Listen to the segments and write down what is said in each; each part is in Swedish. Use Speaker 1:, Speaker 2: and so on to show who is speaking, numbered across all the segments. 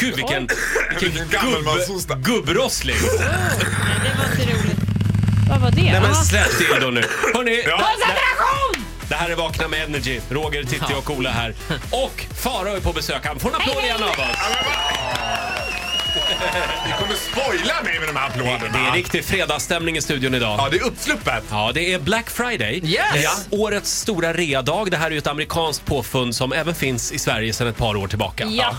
Speaker 1: gud vilken, vilken
Speaker 2: gammelmanshosta.
Speaker 1: gubb, gubbrossling.
Speaker 3: Nej, det var inte roligt. Vad var det?
Speaker 1: Nej men
Speaker 3: Aha.
Speaker 1: släpp till då nu. Hörrni,
Speaker 3: Koncentration!
Speaker 1: det här är Vakna med Energy. Roger, Titti och Ola här. Och Farao är på besök. Han får en applåd igen av oss.
Speaker 2: Ni kommer spoila mig med de här applåderna.
Speaker 1: Det är riktig fredagsstämning i studion idag.
Speaker 2: Ja, det är uppsluppet.
Speaker 1: Ja, det är Black Friday.
Speaker 4: Yes!
Speaker 1: Ja, årets stora readag. Det här är ju ett amerikanskt påfund som även finns i Sverige sedan ett par år tillbaka.
Speaker 3: Ja.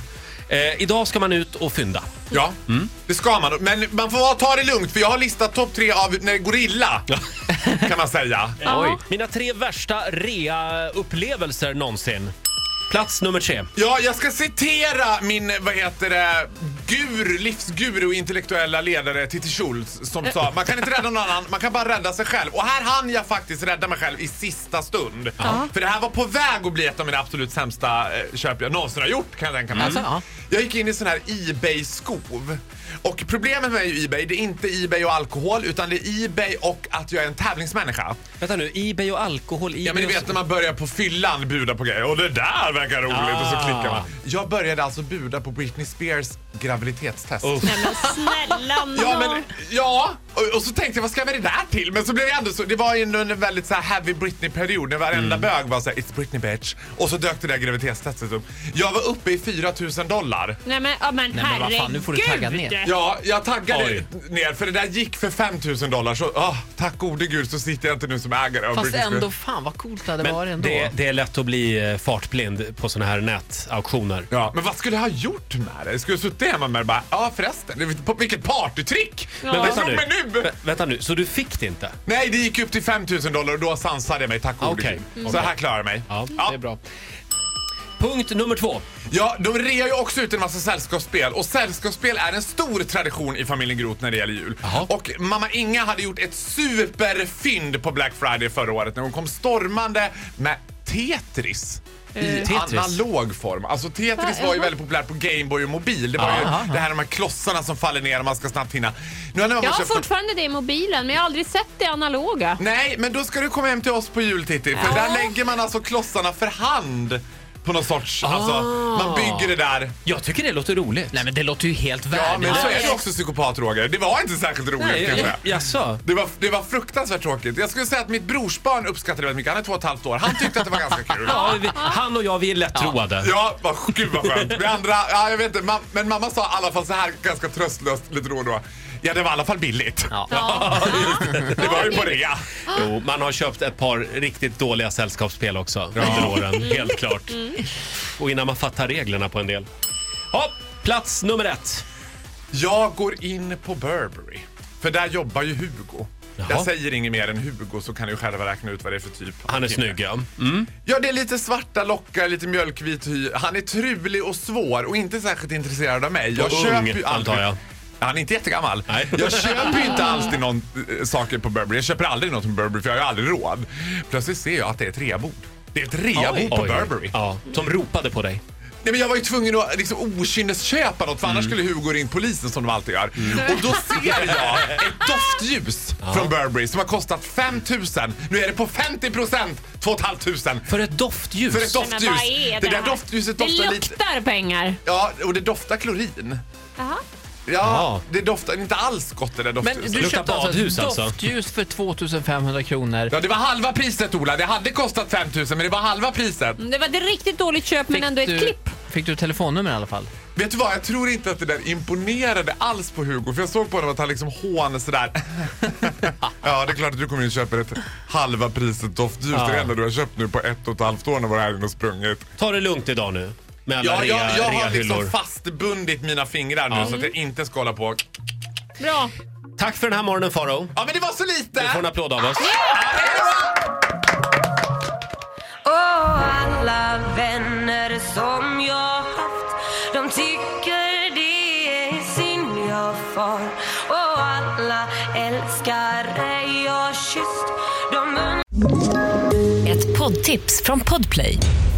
Speaker 1: Eh, idag ska man ut och fynda.
Speaker 2: Ja,
Speaker 1: Mm.
Speaker 2: det ska man. Men man får ta det lugnt för jag har listat topp tre av när gorilla, kan man säga.
Speaker 3: Ah.
Speaker 4: Oj.
Speaker 1: Mina tre värsta rea-upplevelser någonsin. Plats nummer tre.
Speaker 2: Ja, jag ska citera min, vad heter det, gur, livsguru och intellektuella ledare Titti Schultz som sa man kan inte rädda någon annan, man kan bara rädda sig själv. Och här hann jag faktiskt rädda mig själv i sista stund. För det här var på väg att bli ett av mina absolut sämsta eh, köp jag någonsin har gjort kan jag tänka mig.
Speaker 4: Alltså, ja.
Speaker 2: Jag gick in i sån här Ebay-skov. Och problemet med Ebay, det är inte Ebay och alkohol utan det är Ebay och att jag är en tävlingsmänniska.
Speaker 1: Vänta nu, Ebay och alkohol. Ebay
Speaker 2: Ja men ni
Speaker 1: och-
Speaker 2: vet när man börjar på fyllan buda på grejer och det där verkar roligt och så klickar man. Jag började alltså buda på Britney Spears graviditetstest.
Speaker 1: Uff.
Speaker 3: Nej men snälla nån.
Speaker 2: Ja, men, ja. Och, och så tänkte jag vad ska jag med det där till? Men så blev jag ändå så, det var ju ändå en väldigt så här heavy Britney-period när varenda bög var så här, it's Britney bitch. Och så dök det där graviditetstestet upp. Jag var uppe i 4000 dollar.
Speaker 3: Nej men, ja, men
Speaker 4: Nej, men vad fan, nu får du tagga
Speaker 3: herregud.
Speaker 4: ner.
Speaker 2: Ja, jag taggade
Speaker 1: Oj.
Speaker 2: ner för det där gick för 5000 dollar så ah, tack gode gud så sitter jag inte nu som ägare av
Speaker 4: Fast
Speaker 2: Britney Spears.
Speaker 4: ändå, fan vad coolt det hade
Speaker 1: Men
Speaker 4: varit ändå.
Speaker 1: det, det är lätt att bli eh, fartblind på såna här nätauktioner.
Speaker 2: Ja, men vad skulle jag ha gjort med det? Skulle jag suttit hemma med det bara, ja förresten, det- på- vilket partytrick!
Speaker 3: Ja.
Speaker 2: Men
Speaker 1: Men vänta
Speaker 2: vänta
Speaker 1: nu.
Speaker 2: nu!
Speaker 1: Vä- Vänta nu, så du fick det inte?
Speaker 2: Nej, det gick upp till 5 000 dollar och då sansade jag mig, tack gode
Speaker 1: Okej.
Speaker 2: gud.
Speaker 1: Mm.
Speaker 2: Så här klarar jag mig.
Speaker 1: Ja, det är bra. Punkt nummer två.
Speaker 2: Ja, de rear ju också ut en massa sällskapsspel och sällskapsspel är en stor tradition i familjen Groth när det gäller jul.
Speaker 1: Jaha.
Speaker 2: Och mamma Inga hade gjort ett superfynd på Black Friday förra året när hon kom stormande med Tetris. I
Speaker 1: Tetris?
Speaker 2: analog form. Alltså Tetris
Speaker 3: Va,
Speaker 2: var ju
Speaker 3: jaha.
Speaker 2: väldigt populärt på Gameboy och mobil. Det var ju
Speaker 4: Aha.
Speaker 2: det här med klossarna som faller ner och man ska snabbt hinna. Nu har
Speaker 3: Jag har fortfarande det i mobilen men jag har aldrig sett det analoga.
Speaker 2: Nej, men då ska du komma hem till oss på jul Titti. För
Speaker 3: Ja.
Speaker 2: där lägger man alltså klossarna för hand på någon sorts... Alltså, man bygger det där
Speaker 1: Jag tycker det låter roligt.
Speaker 4: Nej men det låter ju helt
Speaker 2: Ja, men
Speaker 4: värdelöst.
Speaker 2: så är du också psykopat, Roger. Det var inte särskilt roligt kanske.
Speaker 1: Jaså?
Speaker 2: Det var, det var fruktansvärt tråkigt. Jag skulle säga att mitt brorsbarn uppskattade det väldigt mycket. Han är två och ett halvt år. Han tyckte att det var ganska kul.
Speaker 1: Ja, vi, han och jag, vi är lättroade.
Speaker 2: Ja, vad, gud vad skönt. Vi andra, ja, jag vet inte. Mam, men mamma sa i alla fall så här ganska tröstlöst lite då och då. Ja, det var i alla fall billigt.
Speaker 4: Ja.
Speaker 3: Ja.
Speaker 2: Det var ju på rea.
Speaker 1: Jo, man har köpt ett par riktigt dåliga sällskapsspel också under åren, helt klart. Och innan man fattar reglerna på en del. Ja, plats nummer ett.
Speaker 2: Jag går in på Burberry. För där jobbar ju Hugo.
Speaker 1: Jaha.
Speaker 2: Jag säger inget mer än Hugo så kan ni själva räkna ut vad det är för typ. av
Speaker 1: Han är
Speaker 2: kille.
Speaker 1: snygg, ja.
Speaker 2: Ja, det är lite svarta lockar, lite mjölkvit hy. Han är trulig och svår och inte särskilt intresserad av mig.
Speaker 1: Och ung,
Speaker 2: ju
Speaker 1: antar jag.
Speaker 2: Han är inte jättegammal.
Speaker 1: Nej.
Speaker 2: Jag köper ju inte alltid någon, eh, saker på Burberry. Jag köper aldrig något på Burberry för jag har ju aldrig råd. Plötsligt ser jag att det är ett reabord. Det är ett reabord på
Speaker 1: Oj.
Speaker 2: Burberry.
Speaker 1: Ja, som ropade på dig.
Speaker 2: Nej, men jag var ju tvungen att liksom, okynnesköpa något för annars
Speaker 3: Mm.
Speaker 2: skulle Hugo ringt polisen som de alltid gör. Och då ser jag ett doftljus från Burberry som har kostat 5 000. Nu är det på 50 procent, 2 500.
Speaker 1: För ett doftljus.
Speaker 2: För ett
Speaker 3: Nej, men
Speaker 2: doftljus.
Speaker 3: vad är det
Speaker 2: där
Speaker 3: här?
Speaker 2: doftljuset
Speaker 3: Det
Speaker 2: doftar lite...
Speaker 3: luktar pengar.
Speaker 2: Ja, och det doftar klorin.
Speaker 3: Jaha.
Speaker 2: Ja,
Speaker 1: Ja.
Speaker 2: det doftar inte alls gott det där
Speaker 4: Men
Speaker 2: doftljuset.
Speaker 4: du
Speaker 1: Luktar
Speaker 4: köpte alltså
Speaker 1: badhus,
Speaker 4: ett
Speaker 1: alltså.
Speaker 4: doftljus för 2500 kronor.
Speaker 2: Ja, det var halva priset Ola. Det hade kostat 5 000 men det var halva priset.
Speaker 3: Det var ett riktigt dåligt köp men ändå ett klipp.
Speaker 4: Fick du telefonnummer i alla fall?
Speaker 2: Vet du vad, jag tror inte att det där imponerade alls på Hugo. För jag såg på honom att han liksom hånade sådär. ja, det är klart att du kommer in och köper ett halva priset doftljus. Det är det enda du har köpt nu på ett och ett halvt år när du var här inne och sprungit.
Speaker 1: Ta det lugnt idag nu. Med alla
Speaker 2: Ja,
Speaker 1: rea,
Speaker 2: jag, jag har
Speaker 1: reahyllor.
Speaker 2: liksom fastbundit mina fingrar nu så att jag inte ska hålla på.
Speaker 3: Bra.
Speaker 1: Tack för den här morgonen Faro.
Speaker 2: Ja, men det var så lite!
Speaker 1: Du får en applåd av oss.
Speaker 5: Och alla vänner som jag haft De tycker det är synd jag far Och alla älskare jag kysst De un-
Speaker 6: Ett poddtips från Podplay.